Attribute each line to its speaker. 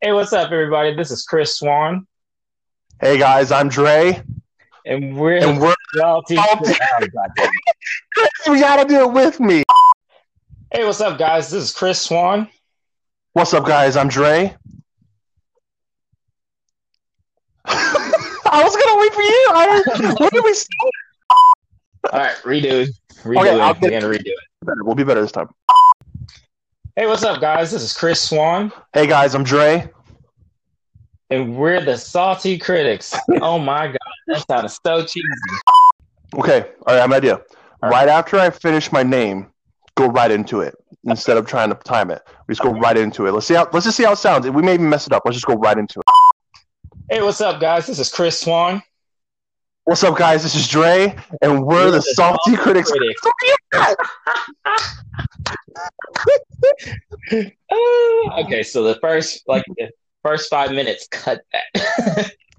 Speaker 1: Hey, what's up, everybody? This is Chris Swan,
Speaker 2: Hey guys, I'm Dre,
Speaker 1: and we're
Speaker 2: and we're
Speaker 1: Salty
Speaker 2: Salty.
Speaker 1: Crowd.
Speaker 2: you gotta do it with me.
Speaker 1: Hey, what's up, guys? This is Chris Swan.
Speaker 2: What's up, guys? I'm Dre. I was gonna wait for you. I don't- when did we start?
Speaker 1: All right, redo it. Redo
Speaker 2: Okay,
Speaker 1: it.
Speaker 2: I'll
Speaker 1: We're
Speaker 2: get-
Speaker 1: gonna redo it.
Speaker 2: Better, We'll be better this time.
Speaker 1: Hey, what's up, guys? This is Chris Swan,
Speaker 2: Hey guys, I'm Dre.
Speaker 1: and we're the Salty Critics. oh my God, that sounded so cheesy.
Speaker 2: Okay, all right, I have an idea.
Speaker 1: All
Speaker 2: Right after I finish my name, go right into it instead of trying to time it. We just go right into it. Let's see how. Let's just see how it sounds. We may even mess it up. Let's just go right into it.
Speaker 1: Hey, what's up, guys? This is Chris Swan.
Speaker 2: What's up, guys? This is Dre, and we're, the, Salty, Critics.
Speaker 1: Critics. Ah, okay, so the first, like, the first five minutes, cut that.